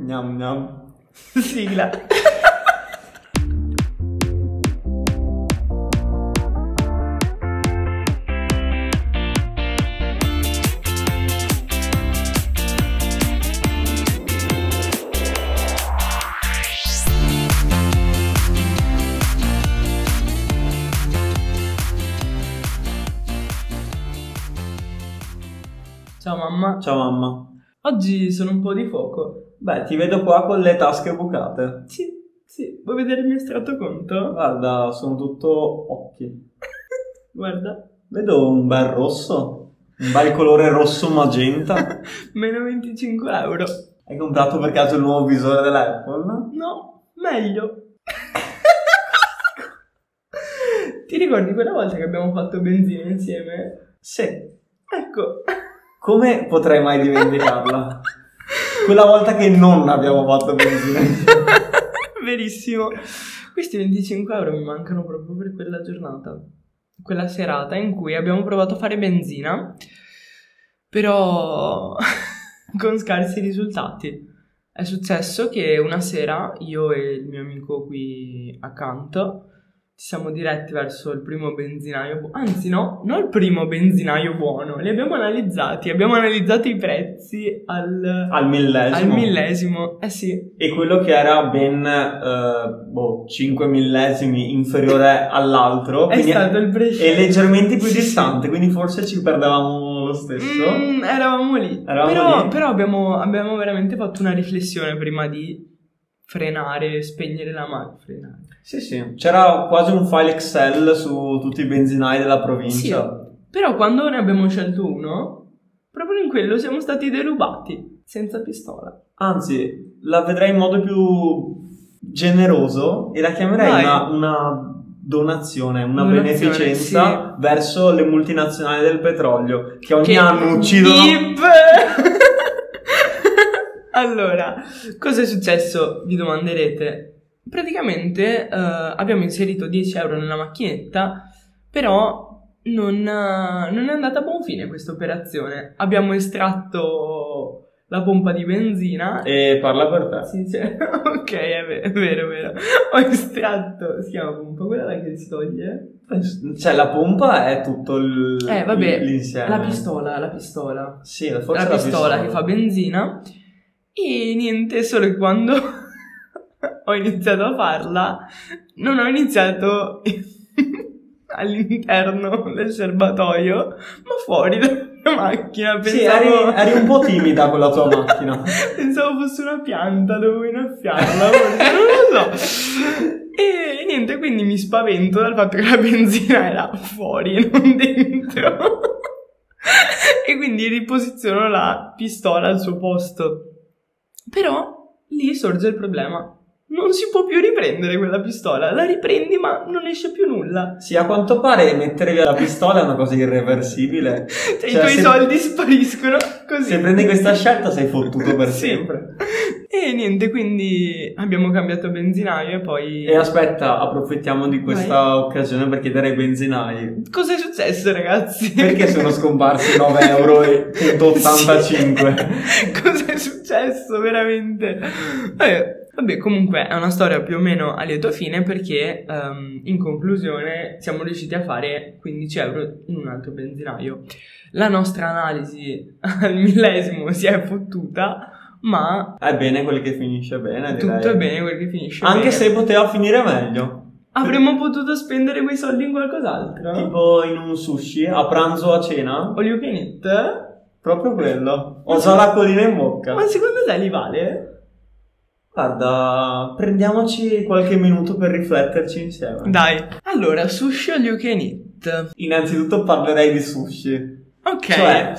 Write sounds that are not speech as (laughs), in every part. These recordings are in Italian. Gnam gnam. Sigla. Ciao mamma, Ciao mamma. oggi sono un po' di fuoco. Beh, ti vedo qua con le tasche bucate. Sì, sì, vuoi vedere il mio estratto conto? Guarda, sono tutto occhi. Guarda, Vedo un bel rosso. Un bel colore rosso (laughs) magenta. meno 25 euro. Hai comprato per caso il nuovo visore dell'Apple? No, meglio. (laughs) Ti ricordi quella volta che abbiamo fatto benzina insieme? Sì. Ecco. Come potrei mai (laughs) dimenticarla? Quella volta che non abbiamo fatto (laughs) benzina. Verissimo. Questi 25 euro mi mancano proprio per quella giornata, quella serata in cui abbiamo provato a fare benzina, però (laughs) con scarsi risultati. È successo che una sera io e il mio amico qui accanto ci siamo diretti verso il primo benzinaio, bu- anzi no, non il primo benzinaio buono, li abbiamo analizzati, abbiamo analizzato i prezzi al, Al al millesimo. millesimo, eh sì, E quello che era ben eh, boh, 5 millesimi inferiore all'altro. è quindi- stato il e prescelto. leggermente più Sì, sì. distante, quindi forse ci perdevamo lo stesso. Mm, eravamo lì. Eravamo però lì. però abbiamo, abbiamo veramente fatto una riflessione prima di frenare, spegnere la mano. Frenare. Sì, sì. C'era quasi un file Excel su tutti i benzinai della provincia. Però quando ne abbiamo scelto uno, proprio in quello siamo stati derubati, senza pistola. Anzi, la vedrei in modo più generoso e la chiamerei Vai. una, una donazione, una Donazione, beneficenza verso le multinazionali del petrolio che ogni Che- anno uccidono. Bip! (laughs) allora, cosa è successo? Vi domanderete. Praticamente eh, abbiamo inserito 10 euro nella macchinetta, però non, eh, non è andata a buon fine questa operazione. Abbiamo estratto la pompa di benzina. E parla per te. Sì, (laughs) cioè, ok, è ve- è vero, è vero. Ho estratto, si chiama pompa, quella là che si toglie. Cioè, la pompa è tutto il, Eh, vabbè, l'insieme. La pistola, la pistola. Sì, forse la pistola che fa benzina e niente, solo che quando (laughs) ho iniziato a farla non ho iniziato (laughs) all'interno del serbatoio, ma fuori dalla macchina, Sì, pensavo, eri, eri un po' timida con la tua macchina. (laughs) pensavo fosse una pianta, dovevo innaffiarla, forse, non lo so. E niente, quindi mi spavento dal fatto che la benzina era fuori e non dentro. e quindi riposiziono la pistola al suo posto. Però lì sorge il problema. Non si può più riprendere quella pistola. La riprendi ma non esce più nulla. Sì, a quanto pare mettere via la pistola è una cosa irreversibile. Cioè, i Cioè, tuoi se- soldi spariscono così. Se prendi questa scelta sei fottuto per Sì. sempre. E niente, quindi abbiamo cambiato benzinaio e poi... E aspetta, approfittiamo di questa occasione per chiedere ai benzinai Cosa è successo ragazzi? perché sono scomparsi (laughs) 9 euro e punto 85. Cosa è successo veramente? Vabbè, vabbè, comunque è una storia più o meno a lieto fine perché ehm, in conclusione siamo riusciti a fare 15 euro in un altro benzinaio. La nostra analisi al millesimo si è fottuta, ma È bene quel che finisce bene, direi. tutto è bene quel che finisce. Eh, Anche bene. se poteva finire meglio. avremmo potuto spendere quei soldi in qualcos'altro. Tipo in un sushi, a pranzo o a cena, All you can eat? proprio quello. Ho già l'acquolina in bocca. Ma secondo te li vale? Guarda, prendiamoci qualche minuto per rifletterci insieme. Dai. Allora, sushi all you can eat. Innanzitutto parlerei di sushi. Ok. Cioè,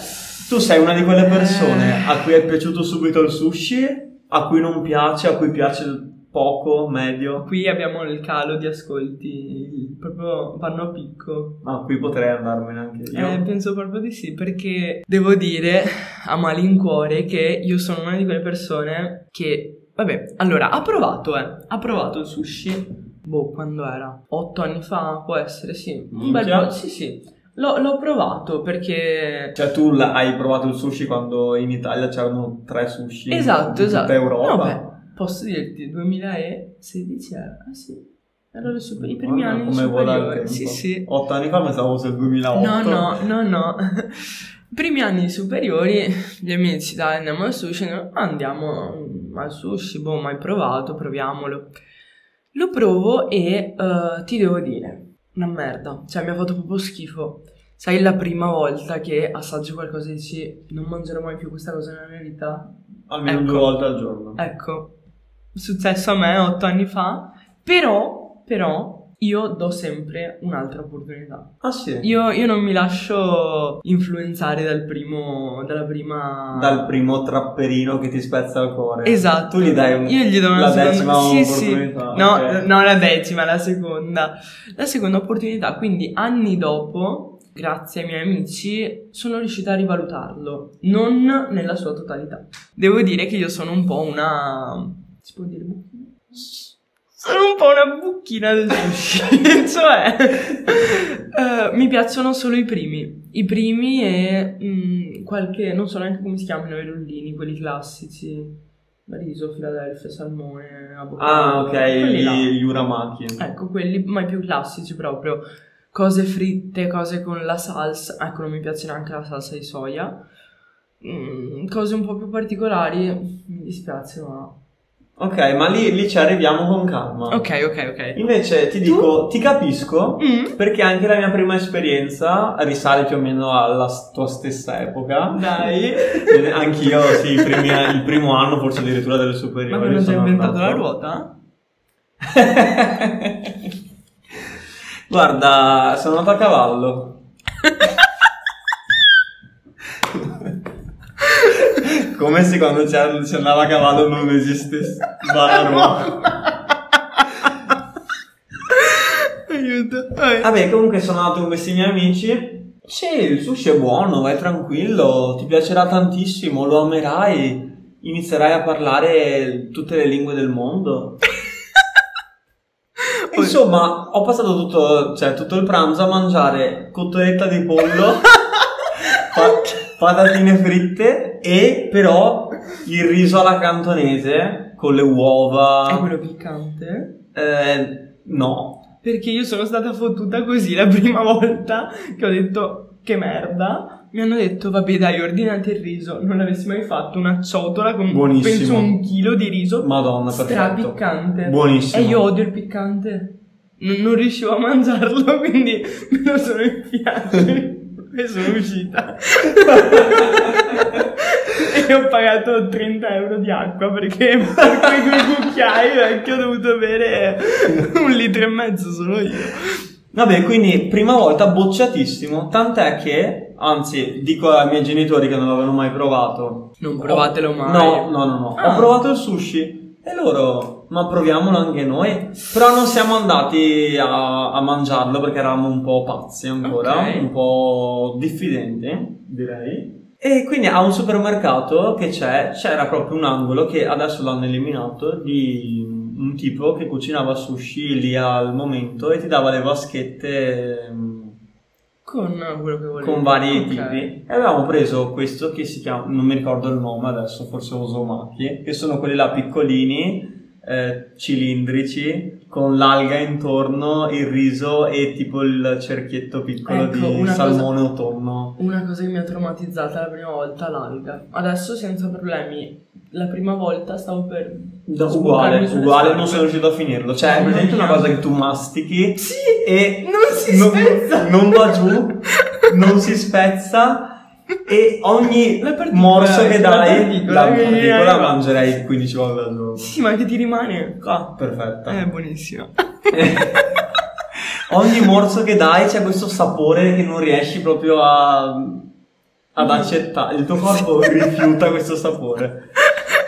tu sei una di quelle persone Eh. a cui è piaciuto subito il sushi, a cui non piace, a cui piace poco, medio. Qui abbiamo il calo di ascolti, proprio vanno a picco. Ma qui potrei andarmene anche io. Eh, penso proprio di sì, perché devo dire a malincuore che io sono una di quelle persone che, vabbè, allora, ha provato, eh, ha provato il sushi, boh, quando era? Otto anni fa, può essere, sì, un bel Minchia. po', sì, sì, L'ho, l'ho provato perché... Cioè, tu l- hai provato il sushi quando in Italia c'erano tre sushi Esatto, in esatto. tutta Europa. No, beh, posso dirti, 2016 era... Ah sì, era le super- i primi Guarda anni come vola il superiori. tempo. Sì, sì. Otto anni fa pensavo fosse il 2008. No, no, no, no. (laughs) I primi anni superiori, gli amici, dai, andiamo al sushi, andiamo- andiamo mm, al sushi, boh, mai provato, proviamolo. Lo provo e eh, ti devo dire, una merda, cioè mi ha fatto proprio schifo. Sai la prima volta che assaggi qualcosa e dici non mangerò mai più questa cosa nella mia vita? Almeno Ecco. due volte al giorno. Ecco, è successo a me otto anni fa, però, però, io do sempre un'altra opportunità. Ah sì? Io, io non mi lascio influenzare dal primo, dalla prima... Dal primo trapperino che ti spezza il cuore. Esatto. Tu gli dai un- Io gli do una la seconda... decima sì, sì. opportunità. No, ok. no, la decima, la seconda. La seconda opportunità, quindi anni dopo, grazie ai miei amici, sono riuscita a rivalutarlo, non nella sua totalità. Devo dire che io sono un po' una... Si può dire bucchina? Sono un po' una bucchina del sushi, cioè eh, mi piacciono solo i primi, i primi e mm, qualche, non so neanche come si chiamano i rollini, quelli classici, riso, Philadelphia, salmone, Ah, ok, quelli là. gli, gli uramaki. Ecco, quelli mai più classici proprio. Cose fritte, cose con la salsa. Ecco, non mi piace neanche la salsa di soia. Mm, cose un po' più particolari. Mi dispiace, ma. Ok, ma lì, lì ci arriviamo con calma. Ok, ok, ok. Invece ti Tu? dico, ti capisco, Mm. perché anche la mia prima esperienza risale più o meno alla s- tua stessa epoca. Dai. Bene, Anch'io, sì, i (laughs) primi a- il primo anno, forse addirittura delle superiori. Ma quando si è sono inventato la andato. ruota? (laughs) Guarda, sono andato a (laughs) cavallo. Come se quando c'era- si andava a cavallo non esistesse la ruota. Aiuto. Vai. Vabbè, comunque sono andato con questi miei amici. Sì, il sushi è buono, vai tranquillo, ti piacerà tantissimo, lo amerai, inizierai a parlare tutte le lingue del mondo. E (laughs) Insomma, ho passato tutto, cioè, tutto il pranzo a mangiare cotoletta di (laughs) pollo, pa- patatine fritte e però il riso alla cantonese con le È uova. quello piccante? Eh, no, Perché io sono stata fottuta così la prima volta che ho detto che merda. Mi hanno detto, vabbè dai, ordinate il riso. Non avessi mai fatto una ciotola con Buonissimo. penso un chilo di riso madonna, perfetto. strapiccante. Buonissimo. E io odio il piccante. Non, non riuscivo a mangiarlo, (laughs) quindi me lo sono (laughs) infilato e sono uscita. (laughs) e ho pagato 30 euro di acqua perché (laughs) per quei due cucchiai vecchio ho dovuto bere un litro e mezzo solo io. Vabbè, quindi prima volta bocciatissimo, tant'è che, anzi, dico ai miei genitori che non l'avevano mai provato. Non provatelo mai. Oh, No, no, no, no. Ah. Ho provato il sushi e loro, ma proviamolo anche noi. Però non siamo andati a, a mangiarlo perché eravamo un po' pazzi ancora, Ok. un po' diffidenti, direi. E quindi a un supermercato che c'è, c'era proprio un angolo che adesso l'hanno eliminato di un tipo che cucinava sushi lì al momento e ti dava le vaschette ehm, Con quello che volevo. con vari Ok. tipi e avevamo preso questo che si chiama non mi ricordo il nome adesso forse Osomaki che sono quelli là piccolini eh, cilindrici con l'alga intorno il riso e tipo il cerchietto piccolo Ecco, di una salmone o tonno Una cosa che mi ha traumatizzata la prima volta, l'alga. Adesso senza problemi. La prima volta stavo per... Da- Sbucarmi uguale sulle uguale scarpe. non sono riuscito a finirlo cioè è Mamma veramente una mia. cosa che tu mastichi Sì! e Non si non, spezza! non va giù non si spezza e ogni La particola, morso che la dai particola la che gli particola arriva. mangerei 15 volte al giorno Sì, ma che ti rimane? Eh, Ah, Eh. perfetta. È buonissimo. (laughs) Ogni morso che dai c'è questo sapore che non riesci proprio a, ad accettare. Il tuo corpo rifiuta questo sapore.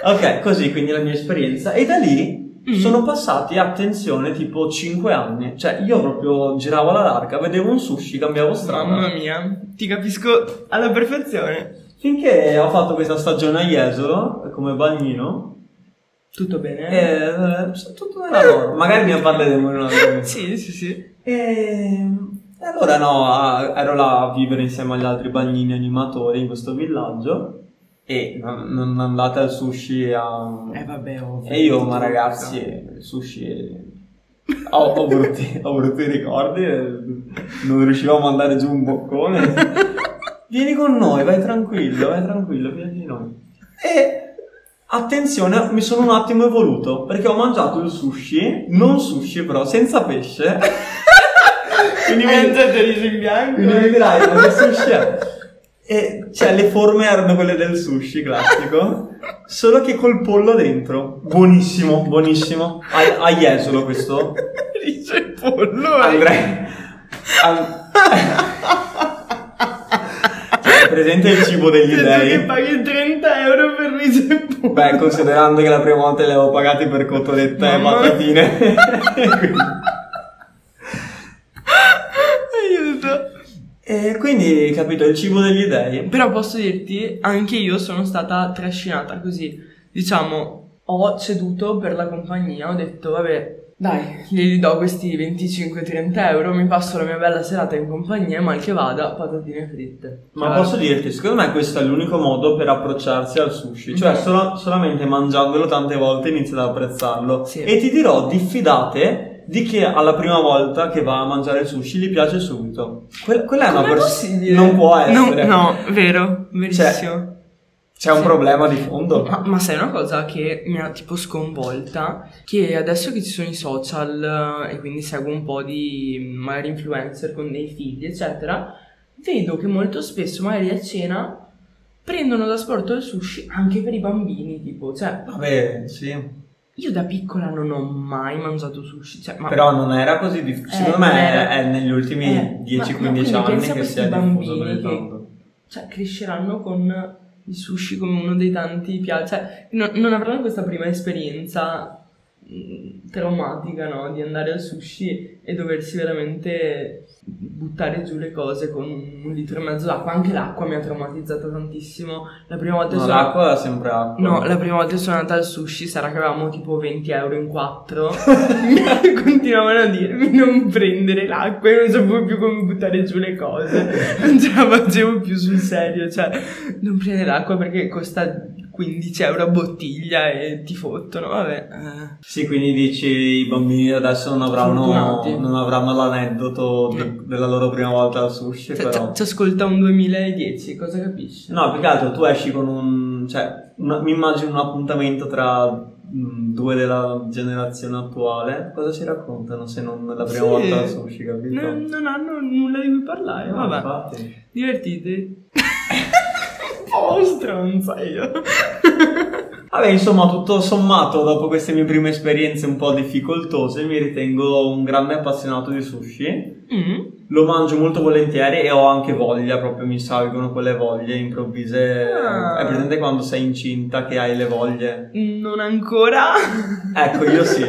Ok, così quindi la mia esperienza. E da lì Mm. sono passati, attenzione, tipo 5 anni. Cioè, io proprio giravo alla larga, vedevo un sushi, cambiavo strada. Mamma mia, ti capisco alla perfezione. Finché ho fatto questa stagione a Jesolo, come bagnino, eh, Tutto bene? Eh. (laughs) e, eh, tutto nella loro. Magari ne parleremo in un altro momento. Sì, sì, sì. E E allora no, a- ero là a vivere insieme agli altri bagnini animatori in questo villaggio e non, non andate al sushi a... Eh vabbè, ovvio. E io, ma ragazzi, il sushi... è- Ho, ho brutti, (laughs) ho brutti ricordi, eh, non riuscivamo a mandare giù un boccone. Vieni con noi, vai tranquillo, vai tranquillo, vieni di noi. E attenzione, mi sono un attimo evoluto, perché ho mangiato il sushi, non sushi però, senza pesce. Quindi mi- Mangiate riso in bianco. quindi mi dirai, ma che sushi è? (laughs) E cioè, le forme erano quelle del sushi classico, solo che col pollo dentro. Buonissimo, buonissimo. A, a Jesolo questo. (laughs) Riso e eh. pollo. eh. Andrei. An- Cioè, è presente il cibo degli Penso che dei. paghi 30 euro per riso e pollo. Beh, considerando che la prima volta le avevo pagati per cotoletta e Mamma. patatine. (laughs) Quindi- (laughs) Aiuto. e quindi, capito, il cibo degli dei. Però posso dirti, anche io sono stata trascinata così. Diciamo, ho ceduto per la compagnia, ho detto, vabbè, dai, gli do questi 25-30 euro, mi passo la mia bella serata in compagnia, mal che vada, patatine fritte. Ma Cioè, posso dirti, secondo me questo è l'unico modo per approcciarsi al sushi, cioè Mhm. solo- solamente mangiandolo tante volte inizia ad apprezzarlo. Sì. E ti dirò, diffidate di che alla prima volta che va a mangiare il sushi gli piace subito. Que- quella è una com'è persona... possibile? Non può essere. No, no, vero, verissimo. C'è un Sì. problema di fondo. Ma, ma sai una cosa che mi ha tipo sconvolta? Che adesso che ci sono i social eh, e quindi seguo un po' di mm, magari influencer con dei figli, eccetera, vedo che molto spesso magari a cena prendono da sport il sushi anche per i bambini, tipo, cioè Vabbè, sì. io da piccola non ho mai mangiato sushi, cioè, ma Però non era così difficile. Eh, Secondo me non è, era- è negli ultimi Eh, ma- 10-15 ma quindi anni pensa a che si questi è diffuso bambini così che- tanto. cioè, cresceranno con il sushi come uno dei tanti piatti, cioè, no- non avranno questa prima esperienza mh, traumatica, no? Di andare al sushi e doversi veramente buttare giù le cose con un litro e mezzo d'acqua. Anche l'acqua mi ha traumatizzata tantissimo. La prima volta No, sono- l'acqua sembra acqua. No, la prima volta che sono andata al sushi sarà che avevamo tipo 20 euro in (laughs) quattro. (laughs) Continuavano a dirmi non prendere l'acqua, io non sapevo più come buttare giù le cose. Non ce la facevo più sul serio, cioè non prendere l'acqua perché costa 15 euro a bottiglia e ti fottono, vabbè. eh. Sì, quindi dici i bambini adesso non avranno, Fortunati. Mm. non avranno l'aneddoto de- della loro prima volta al sushi, Cioè, però. ci- ci ascolta un 2010, cosa capisci? No, più che altro tu esci con un... cioè, una- mi immagino un appuntamento tra mh, due della generazione attuale. Cosa si raccontano se non la prima Sì. volta al sushi, capito? Eh, Non, non hanno nulla di cui parlare, No, vabbè. infatti. (laughs) Divertite. Un po' stronza io. Vabbè, insomma, tutto sommato, dopo queste mie prime esperienze un po' difficoltose, mi ritengo un grande appassionato di sushi. Mm. Lo mangio molto volentieri e ho anche voglia, proprio mi salgono quelle voglie improvvise. Ah. È presente quando sei incinta che hai le voglie? Non ancora. Ecco, io sì.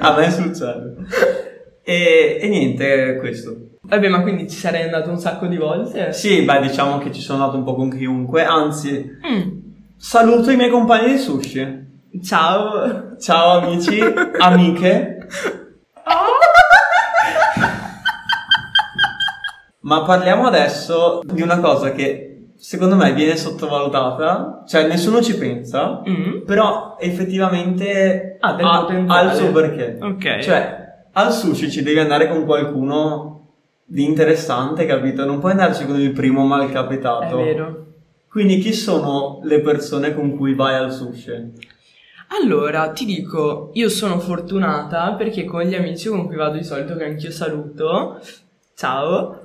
A me succede. E, e niente, questo. (laughs) Vabbè, ma quindi ci sarei andato un sacco di volte? Sì, beh, diciamo che ci sono andato un po' con chiunque, anzi, Mm. saluto i miei compagni di sushi. Ciao. Ciao amici, amiche. Oh. Ma parliamo adesso di una cosa che secondo me viene sottovalutata, cioè nessuno ci pensa, Mm. però effettivamente Ha Ah, del potenziale. al suo perché. Ok. Cioè, al sushi ci devi andare con qualcuno di interessante, capito? Non puoi andarci con il primo È malcapitato. vero. Quindi chi sono le persone con cui vai al sushi? Allora, ti dico, io sono fortunata perché con gli amici con cui vado di solito, che anch'io saluto, ciao.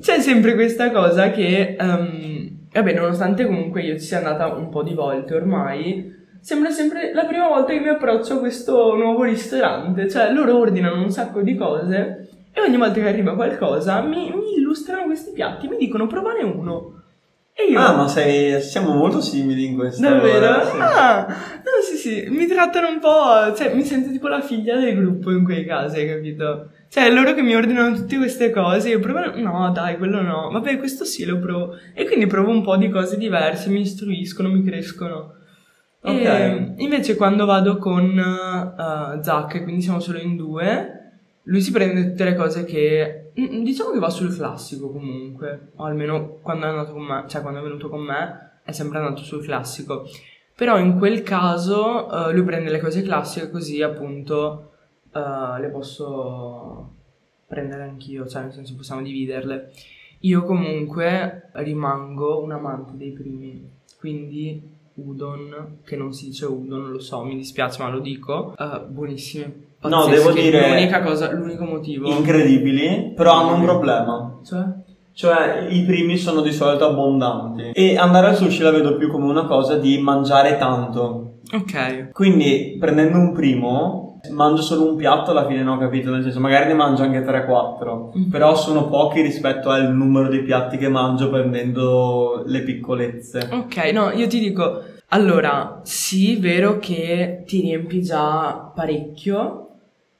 C'è sempre questa cosa che, ehm, vabbè, nonostante comunque io ci sia andata un po' di volte ormai, sembra sempre la prima volta che mi approccio a questo nuovo ristorante. Cioè, loro ordinano un sacco di cose e ogni volta che arriva qualcosa mi, mi illustrano questi piatti, mi dicono provane uno. E io... Ah, ma sei- siamo molto simili in questo. Davvero? allora, sì. Ah, no, sì, sì, mi trattano un po', cioè mi sento tipo la figlia del gruppo in quei casi, hai capito? Cioè, loro che mi ordinano tutte queste cose, io provo, no, dai, quello no, vabbè, questo sì, lo provo. E quindi provo un po' di cose diverse, mi istruiscono, mi crescono. Ok. E invece quando vado con eh, Zach, quindi siamo solo in due, lui si prende tutte le cose che... mm, Diciamo che va sul classico comunque, o almeno quando è andato con me, cioè quando è venuto con me è sempre andato sul classico. Però in quel caso eh, lui prende le cose classiche così appunto eh, le posso prendere anch'io, cioè nel senso possiamo dividerle. Io comunque rimango un amante dei primi, quindi udon, che non si dice udon, lo so, mi dispiace ma lo dico, eh, buonissime. No, pazzesche, devo dire- L'unica cosa, l'unico motivo. Incredibili, però hanno un problema. cioè? Cioè, i primi sono di solito abbondanti. E andare al sushi la vedo più come una cosa di mangiare tanto. Ok. Quindi, prendendo un primo, mangio solo un piatto alla fine, no, capito? Nel senso, magari ne mangio anche 3-4. Mhm. Però sono pochi rispetto al numero di piatti che mangio prendendo le piccolezze. Ok, no, io ti dico, allora, sì, vero che ti riempi già parecchio,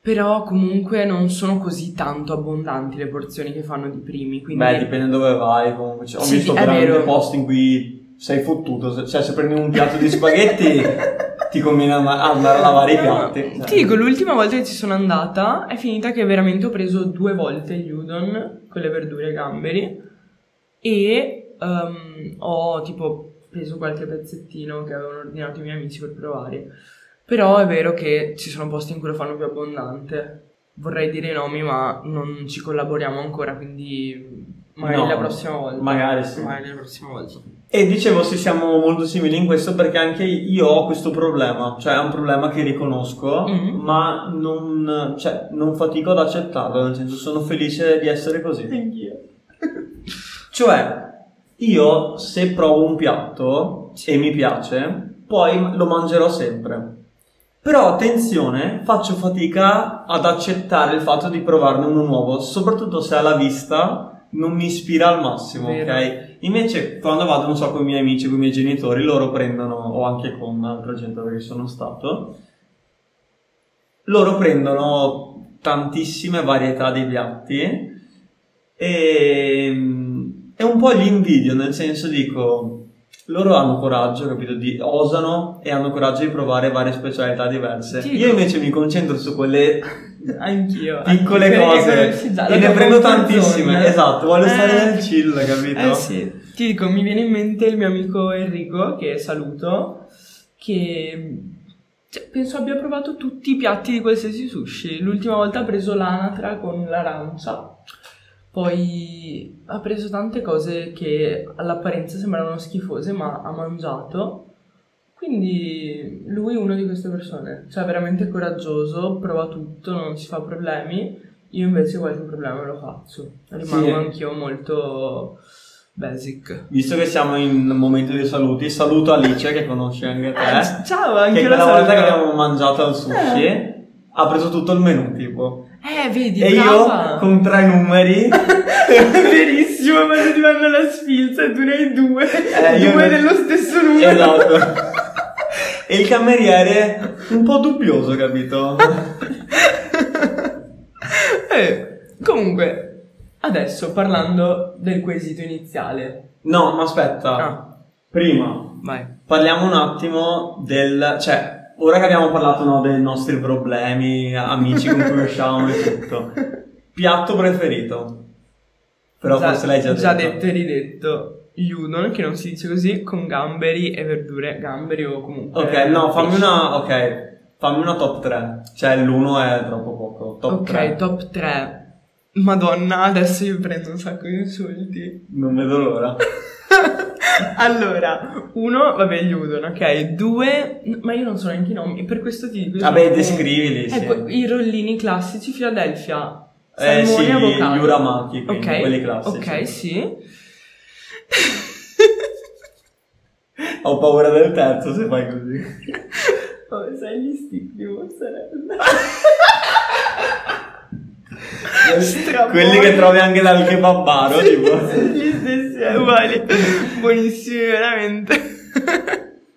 però comunque non sono così tanto abbondanti le porzioni che fanno di primi, quindi... Beh, dipende dove vai. Comunque, Cioè, ho Sì, visto è veramente vero. posti in cui sei fottuto. Se- Cioè, se prendi un piatto di (laughs) spaghetti, ti conviene ama- andare a lavare i piatti. No, Cioè. Ti dico, Eh, l'ultima volta che ci sono andata è finita che veramente ho preso due volte gli udon con le verdure e gamberi e ehm, ho tipo preso qualche pezzettino che avevano ordinato i miei amici per provare. Però è vero che ci sono posti in cui lo fanno più abbondante. Vorrei dire i nomi, ma non ci collaboriamo ancora, quindi magari No, la prossima volta. magari sì. Magari la prossima volta. E dicevo sì, siamo molto simili in questo perché anche io ho questo problema, cioè è un problema che riconosco, Mm. ma non, cioè, non fatico ad accettarlo, nel senso sono felice di essere così. Anch'io. Cioè, io se provo un piatto e mi piace, poi lo mangerò sempre. Però attenzione, faccio fatica ad accettare il fatto di provarne uno nuovo, soprattutto se alla vista non mi ispira al massimo, Vero. ok? Invece quando vado, non so, con i miei amici, con i miei genitori, loro prendono, o anche con altra gente dove sono stato, loro prendono tantissime varietà di piatti e mm, è un po' gli invidio, nel senso dico, loro hanno coraggio, capito, di, osano e hanno coraggio di provare varie specialità diverse. Sì. Io invece mi concentro su (laughs) quelle Anch'io. piccole Perché cose conosci già la e ne tua prendo comfort tantissime, zone. esatto, voglio stare Eh. nel chill, capito? Eh sì, ti dico, mi viene in mente il mio amico Enrico, che saluto, che cioè, penso abbia provato tutti i piatti di qualsiasi sushi. L'ultima volta ha preso l'anatra con l'arancia, poi ha preso tante cose che all'apparenza sembravano schifose, ma ha mangiato. Quindi lui è una di queste persone, cioè veramente coraggioso, prova tutto, non si fa problemi. Io invece qualche problema me lo faccio. Rimango Sì. Ecco, anch'io molto basic. Visto che siamo in momento di saluti, saluto Alice che conosci anche te. Ah, ciao, eh. che anche la Eh. quella saluto. volta che abbiamo mangiato al sushi ha preso tutto il menù tipo. Eh, vedi, e brava. io con tre numeri (laughs) Verissimo, ma se ti vanno la sfilza e tu ne hai due. Eh, io due ne- dello stesso numero. (laughs) Esatto. e il cameriere un po' dubbioso, capito? (laughs) Eh, comunque, adesso parlando del quesito iniziale. No, ma aspetta. Ah, Prima vai. Parliamo un attimo del... cioè, ora che abbiamo parlato no, dei nostri problemi, amici con cui usciamo e (laughs) tutto. Piatto preferito? Però forse l'hai già, già detto e ridetto. Gli udon, che non si dice così, con gamberi e verdure. Gamberi o comunque... Ok, no, fammi pesce. una... ok, fammi una top 3. Cioè, l'uno è troppo poco. Top ok, 3. top 3. Madonna, adesso io prendo un sacco di insulti. (laughs) Non vedo l'ora. allora, uno, vabbè, gli udon, ok. Due, n- ma io non so neanche i nomi, per questo ti dico... io Vabbè, sono- descrivili, sì. Ecco, Eh, i rollini classici Philadelphia. Eh, salmone sì, avocado. gli uramaki, quindi, Ok, quelli classici. (laughs) Ok, sì. Ho paura del terzo se fai (laughs) così. Come Oh, sai gli stick di mozzarella? (laughs) Straboni. Quelli che trovi anche dal kebabaro, tipo. Gli stessi, eh, uguali. Buonissimi, veramente.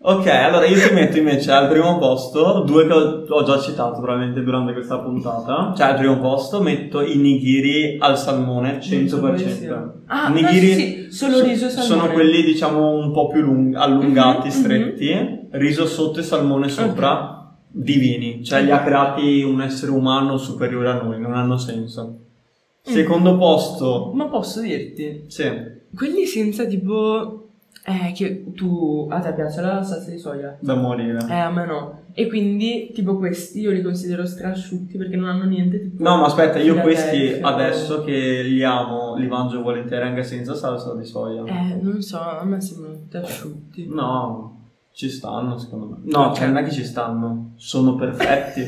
Ok, allora io ti metto invece al primo posto due che ho, ho già citato probabilmente durante questa puntata. Cioè, al primo posto metto i nigiri al salmone 100%. Ah, no, Nigiri sì, sì, solo riso e so- salmone. Sono quelli, diciamo, un po' più lung- allungati, Mhm, stretti, riso sotto e salmone sopra. Divini, cioè li ha creati un essere umano superiore a noi, non hanno senso. Mm. Secondo posto, Ma posso dirti? sì, Quelli senza tipo... Eh, che tu... A te piace la salsa di soia? da morire. Eh, a me no. E quindi, tipo questi, io li considero strasciutti perché non hanno niente tipo... No, ma aspetta, io questi Filadelfia. adesso che li amo, li mangio volentieri anche senza salsa di soia. Eh, non so, a me sembrano tutti asciutti. No, ci stanno secondo me. No, cioè non è che ci stanno, sono (laughs) perfetti.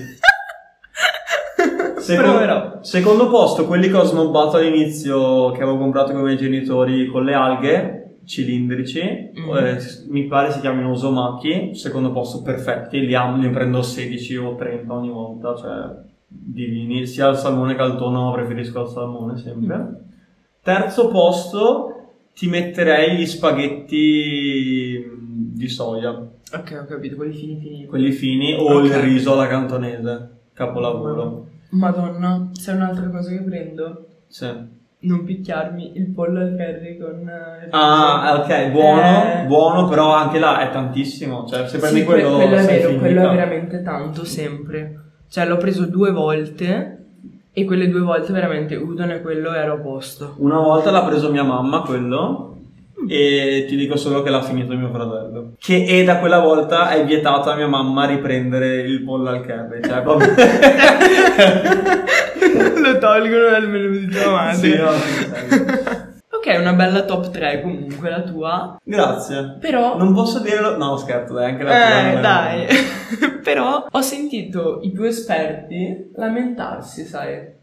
Secondo- Proverò. Secondo posto, quelli che ho snobbato all'inizio, che avevo comprato con i miei genitori con le alghe, cilindrici, Mm. eh, s- mi pare si chiamino Osomachi, secondo posto perfetti, li amo, ne prendo 16 o 30 ogni volta, cioè divini, sia al salmone che al tonno, preferisco al salmone sempre. Terzo posto, ti metterei gli spaghetti mm, di soia, Ok, ho capito, quelli fini fini. quelli fini, o Ok. Mm. il riso alla cantonese, capolavoro. Madonna, sai un'altra cosa che prendo? Sì. Non picchiarmi il pollo al curry con... eh, Ah, il riso. ok, buono, Eh, buono, però anche là è tantissimo. Cioè, se prendi sì, que- quello, quello è sei vero, finita. quello è veramente tanto, sempre. Cioè, l'ho preso due volte e quelle due volte veramente udon e quello ero a posto. Una volta l'ha preso mia mamma quello. E ti dico solo che l'ha finito mio fratello. Che e da quella volta è vietata a mia mamma riprendere il pollo al curry. Cioè, (laughs) proprio. (laughs) Lo tolgono dal menù di tua madre. Sì, no, sì, sì. Ok, una bella top 3 comunque la tua, Grazie. però... Non posso dirlo. No, scherzo, dai, anche la tua Eh, non è- dai. (laughs) però ho sentito i più esperti lamentarsi, sai?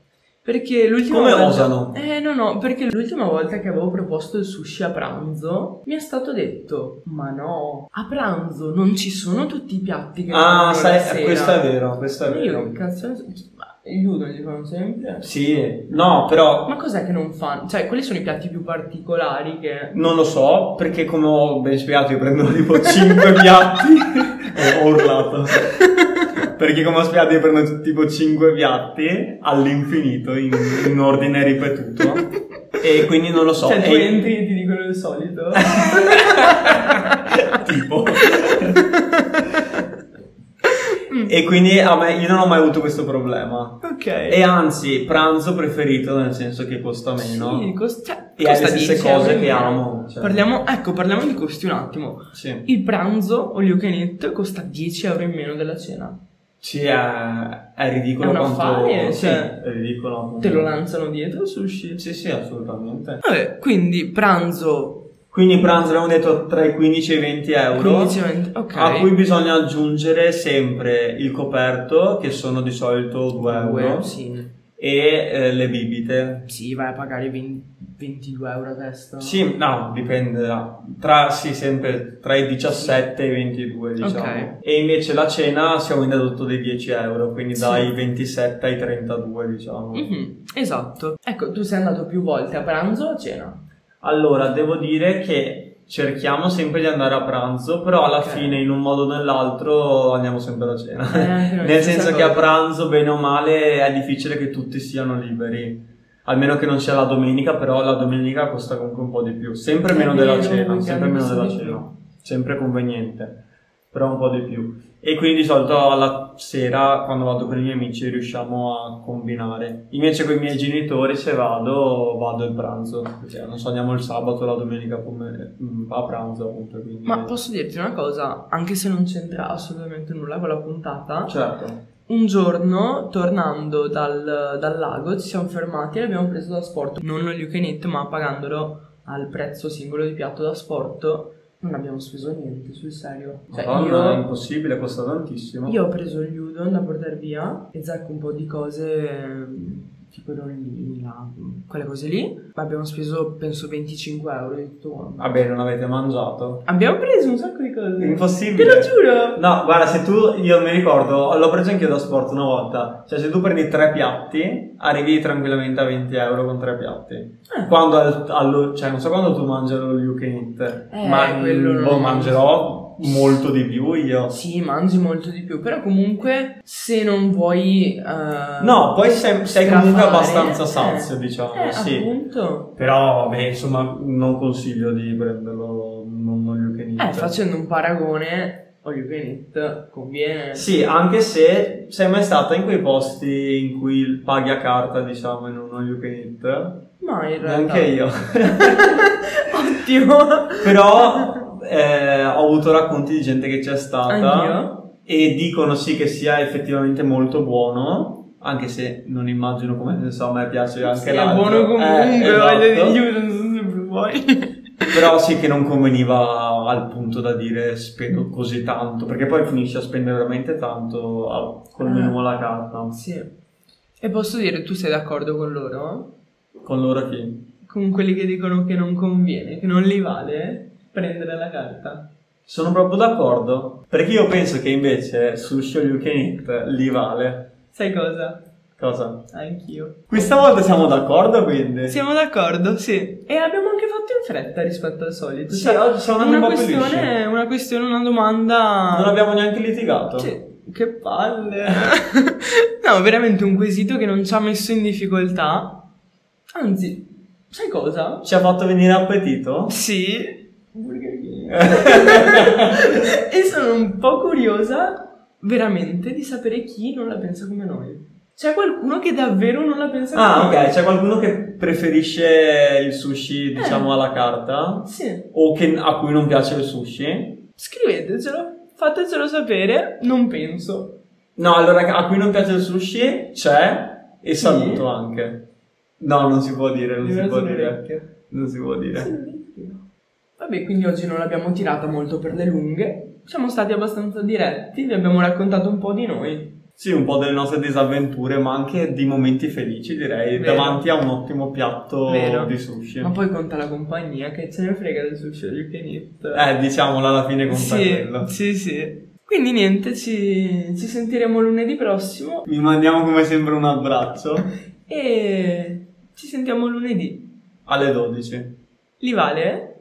Perché l'ultima Come volta... osano? Eh, no, no, perché l'ultima volta che avevo proposto il sushi a pranzo mi è stato detto, ma no, a pranzo non ci sono tutti i piatti che Ah, fanno la sai, sera." questo è vero, questo è Io, vero. cazzo, ne so- ma gli udon li fanno sempre. Sì, no, però Ma cos'è che non fanno? Cioè, quelli sono i piatti più particolari (laughs) che... Non lo so, perché come ho ben spiegato io prendo (laughs) tipo 5 piatti. Eh, ho (laughs) urlato. Perché come ho spiegato io prendo tipo 5 piatti all'infinito in, in ordine ripetuto. E quindi non lo so. cioè, tu E- entri e ti dicono (laughs) il solito. (laughs) tipo. e quindi a me, io non ho mai avuto questo problema. Ok. E anzi, pranzo preferito nel senso che costa meno. Sì, cos- cioè, E ha le costa stesse 10 cose euro che in meno. amo, cioè. Parliamo, ecco, parliamo di costi un attimo. Sì. Il pranzo, all you can eat, costa 10 euro in meno della cena. Sì, è, è ridicolo È un quanto... affare, sì, eh, cioè, è ridicolo. Te lo lanciano dietro il sushi. Sì, sì, assolutamente. Vabbè, quindi pranzo Quindi pranzo abbiamo detto tra i 15 e i 20 euro. 15 20, ok. A cui bisogna aggiungere sempre il coperto, che sono di solito 2 euro, Due, sì. e eh, le bibite. Sì, vai a pagare 20 22 euro a testa. Sì, no, dipende. Tra, sì, sempre tra i 17 e i 22, diciamo. Ok. E invece la cena siamo in indotto dei 10 euro, quindi Sì. dai 27 ai 32, diciamo. Mhm, esatto. Ecco, tu sei andato più volte a pranzo o (laughs) a cena? Allora, devo dire che cerchiamo sempre di andare a pranzo, però alla Ok. fine, in un modo o nell'altro, andiamo sempre a cena. Eh, anche noi, Nel stessa senso che cosa. a pranzo, bene o male, è difficile che tutti siano liberi. Almeno che non sia la domenica, però la domenica costa comunque un po' di più. Sempre È meno della vero, cena, il sempre meno weekend della costa di cena. Sempre conveniente, però un po' di più. E quindi di solito alla sera, quando vado con i miei amici, riusciamo a combinare. Invece con i miei genitori, se vado, vado al pranzo. Perché non so, andiamo il sabato o la domenica come- mm, a pranzo, appunto. Quindi... Ma posso dirti una cosa, anche se non c'entra assolutamente nulla con la puntata, Certo. un giorno tornando dal, dal lago ci siamo fermati e l'abbiamo preso da sport, non lo you can eat, ma pagandolo al prezzo singolo di piatto da sport, non abbiamo speso niente, sul serio. Cioè, Madonna, è io, impossibile, costa tantissimo. io ho preso gli udon da portare via e Zac un po' di cose ehm, tipo rollini, là, quelle cose lì, ma abbiamo speso penso 25 euro di tutto quanto. Vabbè, non avete mangiato? Abbiamo preso un sacco di cose. Te Impossibile. lo giuro! No, guarda, se tu, io mi ricordo, l'ho preso anch'io da sport una volta, cioè se tu prendi tre piatti, arrivi tranquillamente a 20 euro con tre piatti. Ah. Quando, al- allo- cioè non so quando tu mangi lo you can eat, Eh, ma quello non- boh, mangerò no, molto di più io. Sì, mangi molto di più, però comunque se non vuoi... eh, No, poi sei, sei comunque strafare, abbastanza sazio, eh, diciamo, eh, sì. appunto. Però, beh, insomma, non consiglio di prenderlo non, non gli Eh, facendo un paragone, all you can eat conviene. Sì, anche se sei mai stata in quei posti in cui paghi a carta, diciamo, in un all you can eat. Ma in realtà... Neanche io. (laughs) (laughs) Esatto. Ottimo. Però eh, ho avuto racconti di gente che c'è stata Anch'io. e dicono sì che sia effettivamente molto buono, anche se non immagino come, insomma, a me piace anche Sì, è l'altro. buono comunque, Eh, voglio esatto. dire, io non so se vuoi. (laughs) Però sì che non conveniva al punto da dire spendo così tanto, perché poi finisci a spendere veramente tanto a- Eh. col menù alla carta. Sì. E posso dire, tu sei d'accordo con loro? Con loro chi? Con quelli che dicono che non conviene, che non li vale prendere la carta? Sono proprio d'accordo, perché io penso che invece sushi all you can eat li vale. Sai cosa? Cosa? Anch'io. Questa volta siamo d'accordo quindi? Siamo d'accordo, sì. E abbiamo anche fatto in fretta rispetto al solito. Sì, Cioè, oggi siamo andati una un po' più questione, lisci. una questione, una domanda. Non abbiamo neanche litigato. Sì, che palle. (laughs) no, veramente un quesito che non ci ha messo in difficoltà. Anzi, sai cosa? Ci ha fatto venire appetito? Sì. (laughs) e sono un po' curiosa, veramente, di sapere chi non la pensa come noi. C'è qualcuno che davvero non la pensa come Ah, noi. ok, c'è qualcuno che preferisce il sushi, Eh. diciamo, alla carta? Sì. O che- a cui non piace il sushi? Scrivetecelo, fatecelo sapere, non penso. No, allora a cui non piace il sushi c'è e saluto anche. No, non si può dire, non Mi si può rasono le dire. Eh. orecchie. Non si può dire. Vabbè, quindi oggi non l'abbiamo tirata molto per le lunghe. Siamo stati abbastanza diretti, vi abbiamo raccontato un po' di noi. Sì, un po' delle nostre disavventure, ma anche di momenti felici, direi, Vero. davanti a un ottimo piatto Vero. di sushi. Ma poi conta la compagnia, che ce ne frega del sushi all you can eat. Eh, diciamola alla fine con sì, quello. sì, sì. Quindi niente, ci, ci sentiremo lunedì prossimo Mi mandiamo come sempre un abbraccio e ci sentiamo lunedì. alle 12. Li vale? eh?